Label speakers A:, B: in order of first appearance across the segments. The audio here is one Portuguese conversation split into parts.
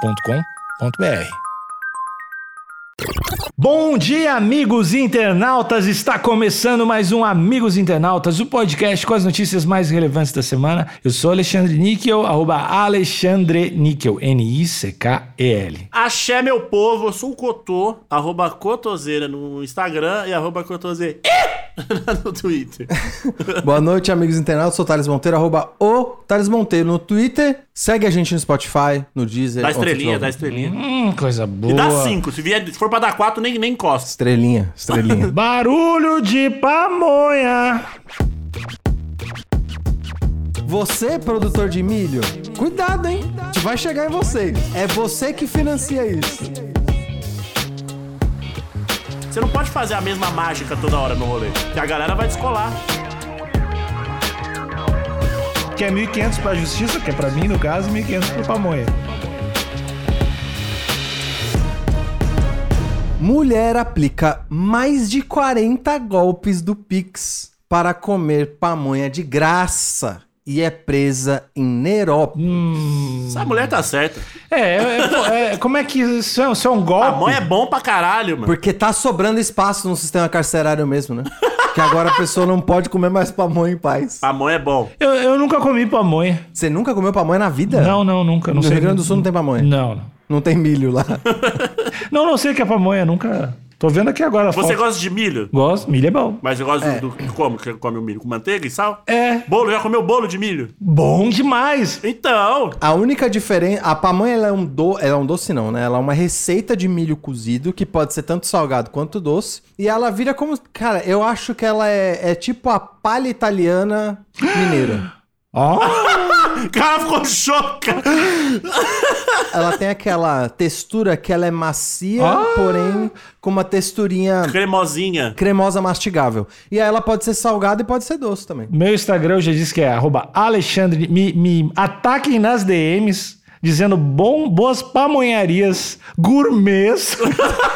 A: agenciadepodcast.com.br.
B: Bom dia, amigos internautas! Está começando mais um Amigos Internautas, o podcast com as notícias mais relevantes da semana. Eu sou Alexandre Níquel, arroba Alexandre Níquel, N-I-C-K-E-L.
C: Axé, meu povo, eu sou o Cotô, arroba Cotoseira no Instagram e arroba Cotoseira no Twitter.
D: Boa noite, amigos internautas. Sou o Thales Monteiro, arroba o Thales Monteiro no Twitter. Segue a gente no Spotify, no Deezer.
C: Dá
D: onde você
C: estrelinha,
D: ouve.
C: dá estrelinha.
B: Hum, coisa boa.
C: E dá cinco. Se, vier, se for pra dar quatro, nem, nem encosta.
D: Estrelinha, estrelinha.
B: Barulho de pamonha.
D: você, produtor de milho, cuidado, hein? A gente vai chegar em vocês. É você que financia isso.
C: Você não pode fazer a mesma mágica toda hora no rolê. Que a galera vai descolar.
B: Que é 1.500 pra justiça, que é pra mim, no caso, 1.500 pro pamonha.
D: Mulher aplica mais de 40 golpes do Pix para comer pamonha de graça e é presa em Nerópolis.
C: Essa mulher tá certa.
B: É, é, é, é, como é que isso é, isso é um golpe?
C: Pamonha é bom pra caralho, mano.
D: Porque tá sobrando espaço no sistema carcerário mesmo, né? que agora a pessoa não pode comer mais pamonha em paz.
C: Pamonha é bom.
B: Eu, eu nunca comi pamonha.
D: Você nunca comeu pamonha na vida?
B: Não, não, nunca. Não
D: É. No
B: sei.
D: Rio Grande do Sul não tem pamonha.
B: Não, não.
D: Não tem milho lá.
B: Não, não sei o que é pamonha, nunca. Tô vendo aqui agora. a
C: Você
B: foto.
C: gosta de milho?
B: Gosto, milho é bom.
C: Mas eu gosto do, do- como? Que come o milho com manteiga e sal?
B: É
C: Bolo, já comeu bolo de milho?
B: bom demais.
C: Então,
D: A única diferença. A pamonha ela é um do, ela é um doce, não, né? Ela é uma receita de milho cozido, que pode ser tanto salgado quanto doce. E ela vira como. Cara, eu acho que ela é, é tipo a palha italiana mineira.
B: Ó,
C: o cara ficou chocado.
D: Ela tem aquela textura que ela é macia,
B: Ah!
D: porém com uma texturinha
C: Cremosinha.
D: cremosa mastigável. E aí ela pode ser salgada e pode ser doce também.
B: meu Instagram eu já disse que é arroba Alexandre. Me, me ataquem nas DMs dizendo bom, boas pamonharias gourmets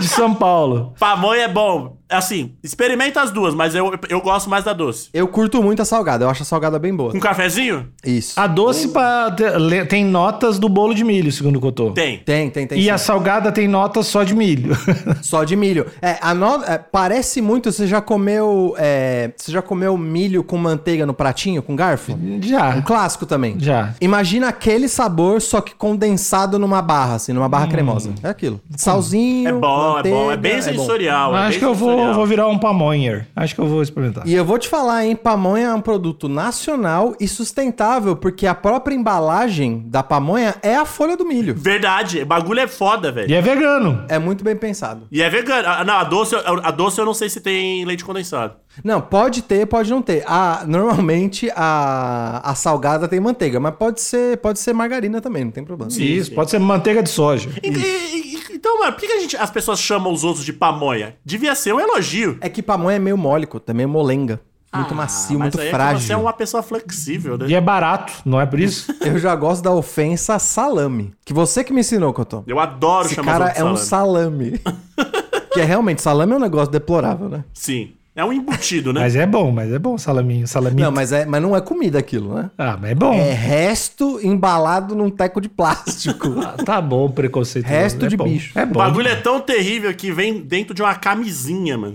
B: de São Paulo.
C: Pamonha é bom. Assim, experimenta as duas, mas eu, eu gosto mais da doce.
D: Eu curto muito a salgada, eu acho a salgada bem boa.
B: Hum.
C: Com cafezinho?
D: Isso.
B: A doce pa- te- le- tem notas do bolo de milho, segundo o Cotô.
C: Tem.
D: Tem, tem, tem.
B: E
D: sim.
B: a salgada tem notas só de milho.
D: Só de milho. É, a no- é, parece muito. Você já comeu. é, Você já comeu milho com manteiga no pratinho, com garfo? Um
B: já,
D: clássico também.
B: já.
D: Imagina aquele sabor, só que condensado numa barra, assim, numa barra cremosa. É aquilo. Salzinho.
C: É bom,
D: manteiga,
C: é bom. É bem
D: Ah,
C: sensorial. é
B: Acho
C: bem
B: que eu vou,
C: sensorial.
B: vou virar um pamonher. Acho que eu vou experimentar.
D: E eu vou te falar, hein? Pamonha é um produto nacional e sustentável, porque a própria embalagem da pamonha é a folha do milho.
C: Verdade, o bagulho é foda, velho.
B: E é vegano.
D: É muito bem pensado.
C: E é vegano. Ah, Não, a doce, eu- a doce eu não sei se tem leite condensado.
D: Não, pode ter, pode não ter. A, normalmente a, a salgada tem manteiga, mas pode ser, pode ser margarina também, não tem problema.
B: Isso, pode ser manteiga de soja.
C: E- e- e- então, mano, por que que a gente- as pessoas chamam os outros de pamonha? Devia ser um elogio.
D: É que pamonha é meio mólico, também é molenga. Muito
C: Ah, mas
D: macio, muito
C: aí é que Você é
D: frágil.
C: uma pessoa flexível, né?
B: E é barato, não é por isso?
D: Eu já gosto da ofensa salame. Que você que me ensinou, Cotô.
C: Eu adoro
D: Esse
C: chamar
D: cara
C: os
D: é um
C: outros de salame.
D: salame. que é realmente, salame é um negócio deplorável, né?
C: Sim. É um embutido, né?
B: Mas é bom, mas é bom salaminho, salaminho.
D: Não, mas, é, mas não é comida aquilo, né?
B: Ah, mas é bom.
D: É resto embalado num teco de plástico.
B: Tá bom o preconceito.
D: Resto
B: é
D: de
B: bom.
D: bicho.
B: É
C: o
B: bom.
C: bagulho é tão terrível que vem dentro de uma camisinha, mano.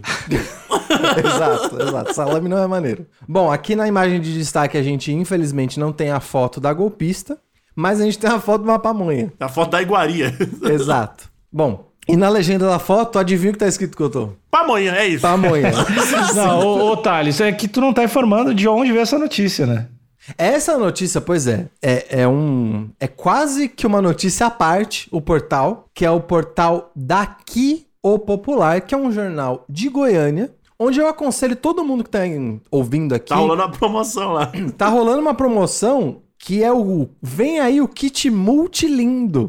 D: exato, exato. Salame não é maneiro. Bom, aqui na imagem de destaque a gente infelizmente não tem a foto da golpista, mas a gente tem a foto de uma pamonha.
C: A foto da iguaria.
D: Exato. Bom, e na legenda da foto, adivinha o que tá escrito, Cotô?
C: pamonha, é isso.
D: Pamonha.
B: Não, ô, ô Thales, é que tu não tá informando de onde veio essa notícia, né?
D: Essa notícia, pois é, é, é um. É quase que uma notícia à parte, o portal, que é o portal Daqui o Popular, que é um jornal de Goiânia, onde eu aconselho todo mundo que tá em- ouvindo aqui.
C: Tá rolando a promoção lá.
D: Tá rolando uma promoção que é o Vem aí o kit multilindo.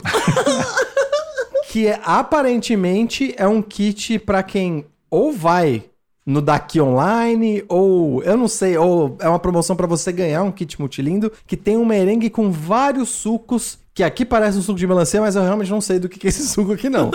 D: que é, aparentemente é um kit pra quem ou vai no daqui online ou eu não sei, ou é uma promoção pra você ganhar um kit multilindo que tem um merengue com vários sucos que aqui parece um suco de melancia, mas eu realmente não sei do que que é esse suco aqui não.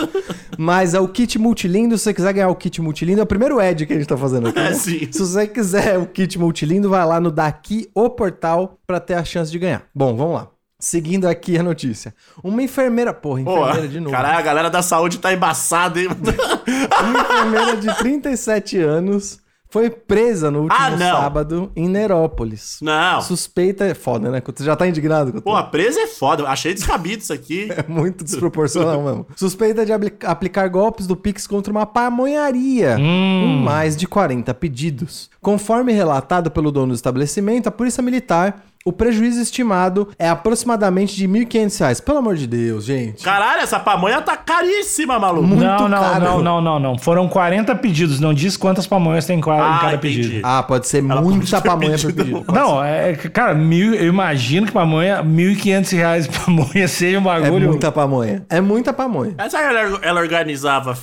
D: mas é o kit multilindo, se você quiser ganhar o kit multilindo, é o primeiro ad que a gente tá fazendo aqui.
C: É,
D: né?
C: sim.
D: Se você quiser o kit multilindo, vai lá no Daqui o Portal pra ter a chance de ganhar. Bom, vamos lá. Seguindo aqui a notícia. Uma enfermeira. Porra,
C: Pô,
D: enfermeira de novo.
C: caralho, a galera da saúde tá embaçada, hein?
D: Uma enfermeira de 37 anos foi presa no último
C: Ah, não.
D: sábado em Nerópolis.
C: Não.
D: Suspeita é foda, né? Você já tá indignado? Couto?
C: Pô, a presa é foda. Achei descabido isso aqui.
D: É muito desproporcional mesmo. Suspeita de apli- aplicar golpes do Pix contra uma pamonharia
C: Hum.
D: em mais de 40 pedidos. Conforme relatado pelo dono do estabelecimento, a Polícia Militar, o prejuízo estimado é aproximadamente de R$ 1.500. reais. Pelo amor de Deus, gente.
C: Caralho, essa pamonha tá caríssima, maluco.
D: Muito
B: não, não,
D: caro.
B: não, não, não, não. Foram 40 pedidos. Não diz quantas pamonhas tem em qua-
C: Ah,
B: em cada
C: entendi.
B: pedido.
D: Ah, pode ser
C: Ela
D: muita
C: pode ter
D: pamonha por
C: pedido um
D: pedido.
B: Não, é, é que, cara, mil, eu imagino que pamonha, 1.500 reais pamonha seja um
D: É
B: bagulho.
D: muita pamonha. É muita pamonha.
C: Mas aí ela, ela organizava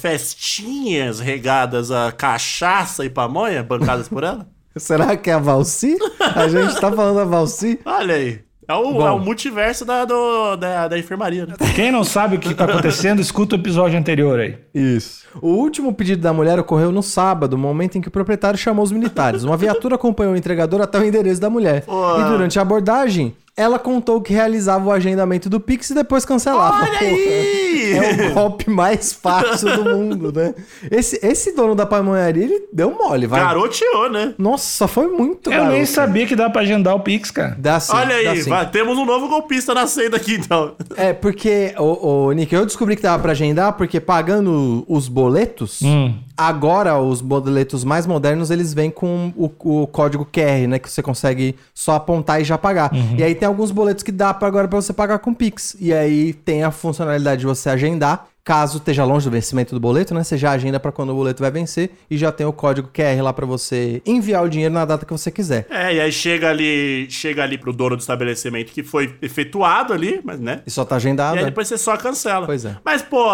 C: festinhas regadas a cachaça e pamonha, bancadas por ela?
D: Será que é a Valci? A gente tá falando a Valci?
C: Olha aí. É o, é o multiverso da, do- da, da enfermaria, né?
B: Quem não sabe o que tá acontecendo, escuta o episódio anterior aí.
D: Isso. O último pedido da mulher ocorreu no sábado, momento em que o proprietário chamou os militares. Uma viatura acompanhou o entregador até o endereço da mulher.
C: Pô.
D: E durante a abordagem, ela contou que realizava o agendamento do Pix e depois cancelava.
C: Olha aí!
D: É o golpe mais fácil do mundo, né? Esse, esse dono da pamonharia, ele deu mole, vai.
C: Garoteou, né?
D: Nossa, foi muito
B: Eu nem
D: garoto.
B: sabia que dá pra agendar o Pix, cara.
D: Dá sim,
C: Olha
D: dá
C: aí,
D: sim.
C: vai- temos um novo golpista nascendo aqui, então.
D: É, porque, o, Nick, eu descobri que dava pra agendar porque pagando os boletos,
C: Hum.
D: agora os boletos mais modernos, eles vêm com o, o código QR, né? Que você consegue só apontar e já pagar.
C: Uhum.
D: E aí tem alguns boletos que dá pra agora pra você pagar com Pix. E aí tem a funcionalidade de você agendar. Caso esteja longe do vencimento do boleto, né? Você já agenda pra quando o boleto vai vencer e já tem o código QR lá pra você enviar o dinheiro na data que você quiser.
C: É, e aí chega ali, chega ali pro dono do estabelecimento que foi efetuado ali, mas né?
D: E só
C: E
D: tá agendado.
C: aí
D: né?
C: depois você só cancela.
D: Pois é.
C: Mas, pô,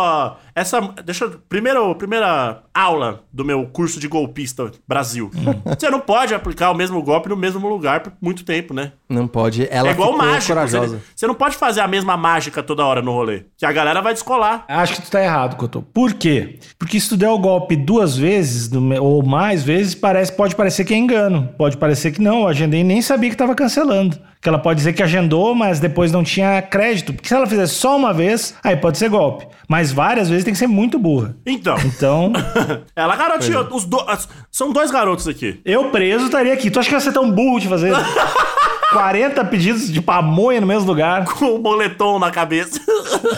C: essa. Deixa eu. Primeiro, primeira aula do meu curso de golpista Brasil.
D: Hum.
C: Você não pode aplicar o mesmo golpe no mesmo lugar por muito tempo, né?
D: Não pode. Ela
C: é igual
D: ficou
C: mágico.
D: corajosa.
C: Você, você não pode fazer a mesma mágica toda hora no rolê. Que a galera vai descolar.
B: Acho que tu tá errado, Cotô. Por quê? Porque se tu der o golpe duas vezes no me- ou mais vezes, parece, pode parecer que é engano. Pode parecer que não, eu agendei e nem sabia que tava cancelando. Que ela pode dizer que agendou, mas depois não tinha crédito. Porque se ela fizer só uma vez, aí pode ser golpe. Mas várias vezes tem que ser muito burra.
C: Então,
B: Então,
C: ela garantiu.
D: é.
C: Os do- as- são dois garotos aqui.
B: eu preso estaria aqui. Tu acha que ia ser tão burro de fazer isso? 40 pedidos de pamonha no mesmo lugar.
C: Com o boletom na cabeça.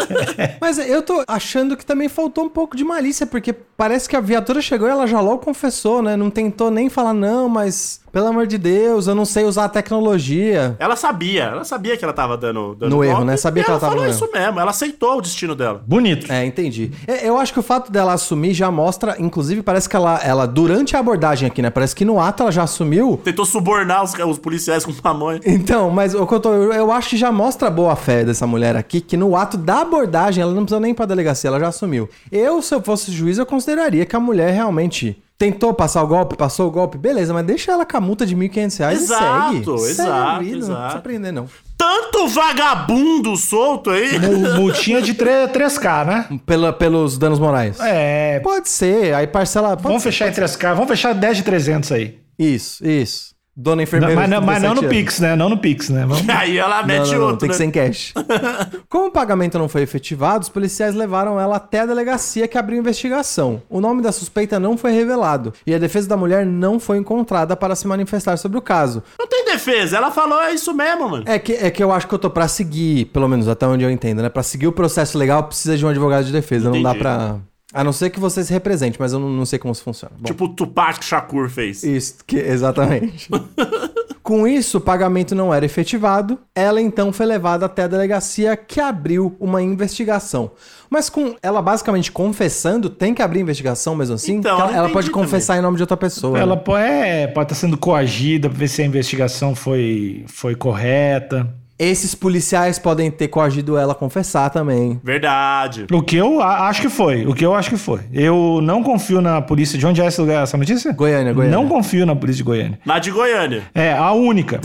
D: Mas eu tô achando que também faltou um pouco de malícia, porque parece que a viatura chegou e ela já logo confessou, né? Não tentou nem falar, não, mas pelo amor de Deus, eu não sei usar a tecnologia.
C: Ela sabia, ela sabia que ela tava dando. dando
D: No
C: golpe,
D: erro, né? Sabia
C: e
D: que ela tava
C: falou
D: no
C: isso mesmo. Ela aceitou o destino dela.
B: Bonito.
D: É, entendi. É, Eu acho que o fato dela assumir já mostra, inclusive, parece que ela, ela durante a abordagem aqui, né? Parece que no ato ela já assumiu.
C: Tentou subornar os, os policiais com pamonha.
D: Então, mas o que eu, tô- eu acho que já mostra a boa fé dessa mulher aqui, que no ato da abordagem ela não precisou nem ir pra delegacia, ela já assumiu. Eu, se eu fosse juiz, eu consideraria que a mulher realmente tentou passar o golpe, passou o golpe, beleza, mas deixa ela com a multa de R$ 1.500 reais
C: Exato,
D: e segue. Segue
C: exato,
D: a vida, Não
C: exato.
D: precisa prender, não.
C: Tanto vagabundo solto aí.
B: Mu- Multinha Um de 3, 3K, né?
D: Pela- pelos danos morais.
B: É,
D: Pode ser, aí parcela... Pode
B: vamos
D: ser.
B: fechar em 3K, vamos fechar 10 de 300 aí.
D: Isso, isso. Dona
B: Não,
D: enfermeira...
B: mas,
D: de
B: não, mas não
D: 37
B: no
D: anos.
B: Pix, né? Não no Pix, né? Vamos...
C: Aí ela
D: Não,
C: mete
D: não, não,
C: outro.
D: tem que
C: né?
D: ser em cash. Como o pagamento não foi efetivado, os policiais levaram ela até a delegacia que abriu investigação. O nome da suspeita não foi revelado e a defesa da mulher não foi encontrada para se manifestar sobre o caso.
C: Não tem defesa. Ela falou, é isso mesmo, mano.
D: É que, é que eu acho que eu tô pra seguir, pelo menos até onde eu entendo, né? Pra seguir o processo legal precisa de um advogado de defesa, não dá
C: Entendi.
D: pra. A não ser que você se represente, mas eu não, não sei como isso funciona. Bom.
C: Tipo o Tupac Shakur fez.
D: Isso, que- exatamente. Com isso, o pagamento não era efetivado. Ela então foi levada até a delegacia que abriu uma investigação. Mas com ela basicamente confessando, tem que abrir investigação mesmo assim?
C: Então,
D: Que ela,
C: eu
D: ela
C: entendi
D: pode confessar em nome de outra pessoa.
B: Ela
D: né?
B: po- é, pode estar sendo coagida pra ver se a investigação foi, foi correta.
D: Esses policiais podem ter coagido ela a confessar também.
C: Verdade.
B: O que eu a- acho que foi. O que eu acho que foi. Eu não confio na polícia. De onde é esse lugar, essa notícia?
D: Goiânia, Goiânia.
B: Não confio na polícia de Goiânia.
C: Na de Goiânia.
B: É, a única.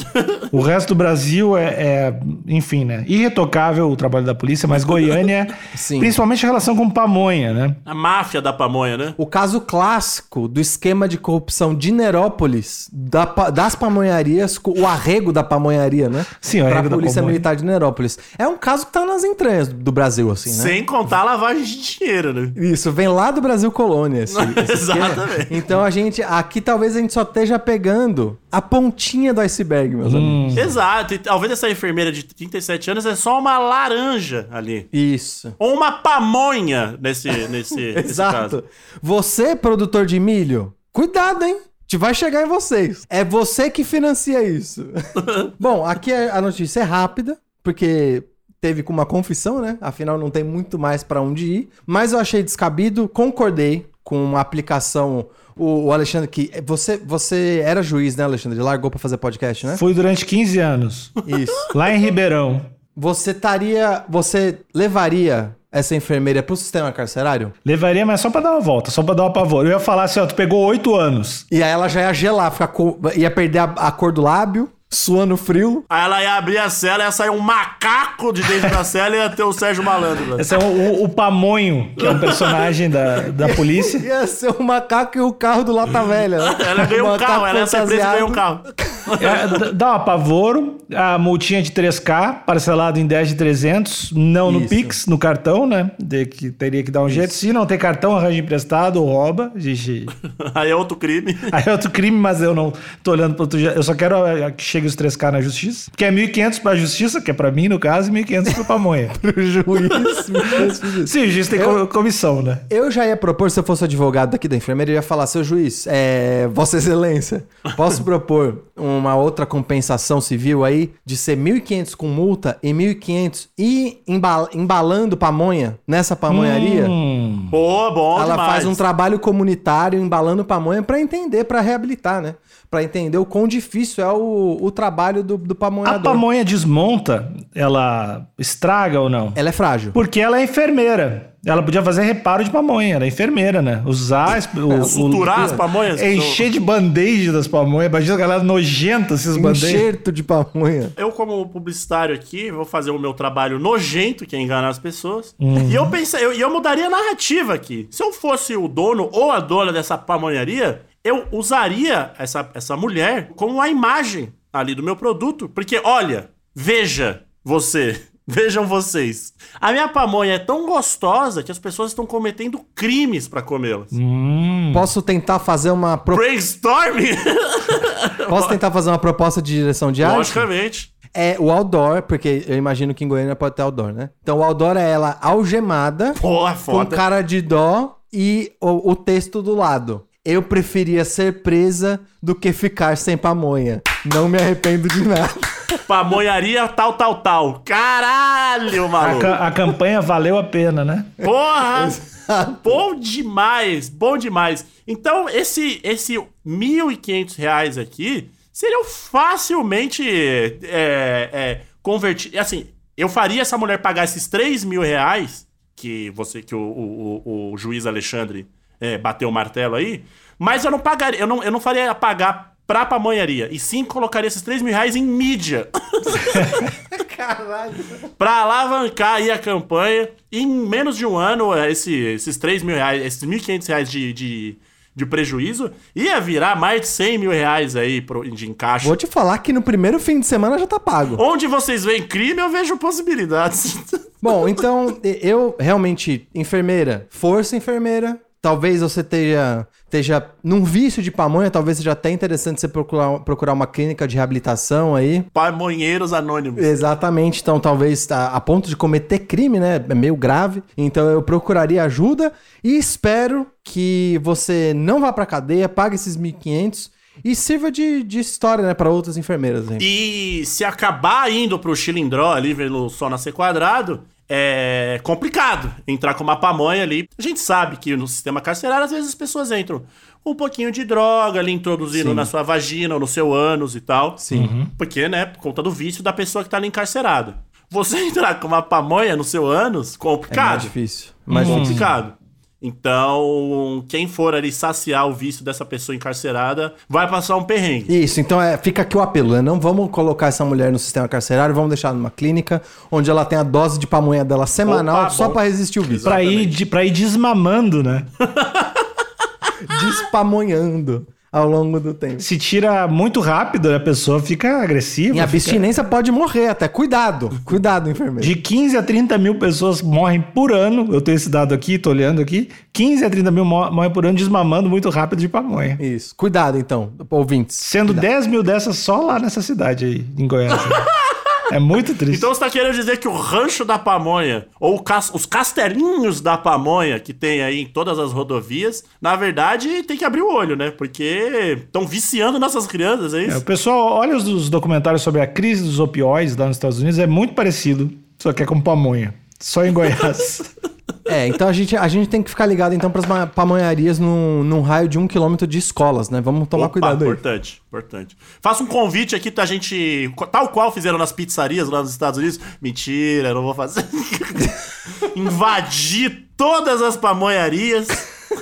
B: O resto do Brasil é, é, enfim, né? Irretocável o trabalho da polícia, mas Goiânia,
D: Sim.
B: principalmente em relação com pamonha, né?
C: A máfia da pamonha, né?
D: O caso clássico do esquema de corrupção de Nerópolis, da pa- das pamonharias, com o arrego da pamonharia, né?
B: Sim, o
D: Pra
B: arrego da
D: Polícia
B: comune.
D: Militar de Nerópolis. É um caso que tá nas entranhas do Brasil, assim, né?
C: Sem contar a lavagem de dinheiro, né?
D: Isso, vem lá do Brasil Colônia. esse- esse esquema.
C: Exatamente.
D: Então a gente, aqui talvez a gente só esteja pegando a pontinha do iceberg,
B: Hum.
D: meus amigos.
C: Exato. E talvez essa enfermeira de 37 anos é só uma laranja ali.
D: Isso.
C: Ou uma pamonha nesse, nesse, nesse caso.
D: Exato. Você, produtor de milho, cuidado, hein? Te vai chegar em vocês. É você que financia isso. Bom, aqui a a notícia é rápida, porque teve com uma confissão, né? Afinal, não tem muito mais pra onde ir. Mas eu achei descabido, concordei com a aplicação. O, o Alexandre, que você, você era juiz, né, Alexandre? Largou pra fazer podcast, né?
B: Fui durante 15 anos,
D: Isso.
B: lá em Ribeirão.
D: Você estaria. Você levaria essa enfermeira pro sistema carcerário?
B: Levaria, mas só pra dar uma volta, só pra dar uma pavor. Eu ia falar assim, ó, tu pegou oito anos.
D: E aí ela já ia gelar, ficar co- ia perder a, a cor do lábio, suando frio.
C: Aí ela ia abrir a cela, ia sair um macaco de dentro da cela e ia ter o Sérgio Malandro. Né?
B: Esse é o, o- o Pamonho, que é um personagem da, da polícia.
D: Ia ser o macaco e o carro do Lata Velha.
C: Ela ganhou um carro, ela ia ser presa e ganhou um carro.
B: É, d- dá um apavoro, a multinha de 3K, parcelado em 10 de 300, não no
D: Isso.
B: Pix, no cartão, né? De que teria que dar um jeito. Se não tem cartão, arranja emprestado ou rouba. Gigi.
C: Aí é outro crime.
B: Aí é outro crime, mas eu não tô olhando pra outro dia. Eu só quero a- a que chegue os 3K na justiça. Que é 1.500 pra justiça, que é pra mim, no caso, e 1.500 pro Pamonha.
D: pro juiz. me fez fugir.
B: Sim, o juiz tem co- comissão, né?
D: Eu já ia propor, se eu fosse advogado daqui da enfermeira, eu ia falar, seu juiz, é, Vossa Excelência, posso propor uma outra compensação civil aí de ser 1.500 com multa e 1.500 e embal- embalando pamonha nessa pamonharia?
B: Hum.
C: Boa, bom
D: Ela
C: demais.
D: faz um trabalho comunitário embalando pamonha pra entender, pra reabilitar, né? Pra entender o quão difícil é o, o trabalho do, do
B: A
D: pamonhador.
B: pamonha desmonta, ela estraga ou não?
D: Ela é frágil.
B: Porque ela é enfermeira. Ela podia fazer reparo de pamonha, ela é enfermeira, né? Usar. as- O, o-
C: Suturar É, as pamonhas?
B: Encher de band-aid das pamonhas. Imagina a galera nojenta esses band-aids.
D: Enxerto de pamonha.
C: Eu, como publicitário aqui, vou fazer o meu trabalho nojento, que é enganar as pessoas. E eu pensei, eu, e eu mudaria a narrativa aqui. Se eu fosse o dono ou a dona dessa pamonharia, eu usaria essa, essa mulher como a imagem ali do meu produto. Porque, olha, veja você. Vejam vocês. A minha pamonha é tão gostosa que as pessoas estão cometendo crimes pra comê-las.
B: Hum.
C: Hum.
D: Posso tentar fazer uma pro-
C: Brainstorming?
D: posso tentar fazer uma proposta de direção de arte?
C: Logicamente.
D: É o outdoor, porque eu imagino que em Goiânia pode ter outdoor, né? Então o outdoor é ela algemada,
C: Pô, é
D: com
C: foda.
D: cara de dó e o, o texto do lado. Eu preferia ser presa do que ficar sem pamonha. Não me arrependo de nada.
C: Pamonharia tal, tal, tal. Caralho,
B: A,
C: maluco.
B: ca- a campanha valeu a pena, né?
C: Porra! bom demais, bom demais. Então, esse, esse 1.500 reais aqui seriam facilmente é, é, converti- Assim, eu faria essa mulher pagar esses 3 mil reais que, você, que o, o- o- o juiz Alexandre é, bateu o martelo aí, mas eu não pagaria, eu não, eu não faria ela pagar pra pamonharia, e sim colocaria esses 3 mil reais em mídia. Pra alavancar aí a campanha. Em menos de um ano, eh, esse- esses 3 mil reais, esses 1.500 reais de, de, de prejuízo, ia virar mais de 100 mil reais aí pro- de encaixe.
D: Vou te falar que no primeiro fim de semana já tá pago.
C: Onde vocês veem crime, eu vejo possibilidades.
D: Bom, então e- eu realmente, enfermeira, força enfermeira. Talvez você esteja, esteja num vício de pamonha, talvez seja até interessante você procurar, procurar uma clínica de reabilitação aí.
C: Pamonheiros anônimos.
D: Exatamente, então talvez a, a ponto de cometer crime, né? É meio grave. Então eu procuraria ajuda e espero que você não vá pra cadeia, pague esses 1.500 e sirva de, de história, né, para outras enfermeiras. Hein?
C: E se acabar indo pro Chilindró ali, vendo só nascer quadrado, é complicado entrar com uma pamonha ali. A gente sabe que no sistema carcerário, às vezes as pessoas entram com um pouquinho de droga ali, introduzindo na sua vagina, ou no seu ânus e tal. Sim. Porque, né, por conta do vício da pessoa que tá ali encarcerada. Você entrar com uma pamonha no seu ânus,
D: É mais
C: complicado.
D: difícil.
C: mais
D: Mais difícil.
C: complicado. Então, quem for ali saciar o vício dessa pessoa encarcerada, vai passar um perrengue.
D: Isso, então é, fica aqui o apelo, né? Não vamos colocar essa mulher no sistema carcerário, vamos deixar numa clínica onde ela tem a dose de pamonha dela semanal
C: Opa,
D: só
C: bom.
D: pra resistir o vício.
B: Pra ir, de- pra ir desmamando, né?
D: Despamonhando. ao longo do tempo.
B: Se tira muito rápido, né, a pessoa fica agressiva.
D: Em
B: fica-
D: abstinência pode morrer até. Cuidado, cuidado, enfermeiro.
B: De 15 a 30 mil pessoas morrem por ano. Eu tenho esse dado aqui, tô olhando aqui. 15 a 30 mil mo- morrem por ano desmamando muito rápido de pamonha.
D: Isso. Cuidado, então, ouvintes.
B: Sendo 10 mil dessas só lá nessa cidade aí, em Goiás. é muito triste.
C: Então você tá querendo dizer que o rancho da pamonha, ou o cas- os castelinhos da pamonha que tem aí em todas as rodovias, na verdade tem que abrir o olho, né? Porque estão viciando nossas crianças, é
B: É,
C: isso?
B: o pessoal olha os, os documentários sobre a crise dos opioides lá nos Estados Unidos, é muito parecido, só que é com pamonha. Só em Goiás.
D: É, então a gente, a gente tem que ficar ligado então para as pamonharias num, num raio de um quilômetro de escolas, né? Vamos tomar
C: Opa,
D: cuidado aí.
C: Importante, importante. Faça um convite aqui pra gente. Tal qual fizeram nas pizzarias lá nos Estados Unidos. Mentira, não vou fazer. Invadir todas as pamonharias.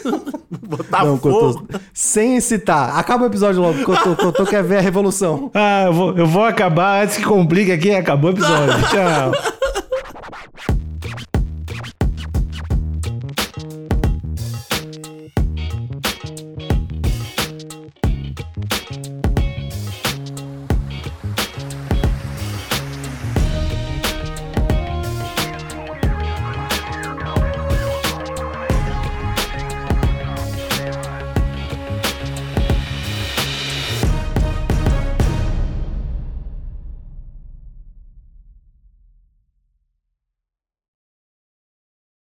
C: Botar
D: Não,
C: fogo.
D: Cotô, sem excitar. Acaba o episódio logo. Cotô, Cotô quer é ver a revolução.
B: ah, eu vou, eu vou acabar antes que complique aqui. Acabou o episódio. Tchau.